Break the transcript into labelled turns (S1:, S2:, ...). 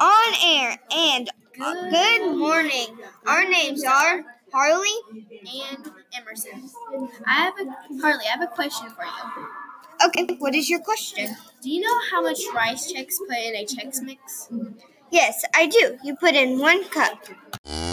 S1: On air and good morning. Our names are Harley.
S2: and Emerson. I have a Harley. I have a question for you.
S1: Okay, what is your question?
S2: Do you know how much rice checks put in a Chex Mix?
S1: Yes, I do. You put in one cup.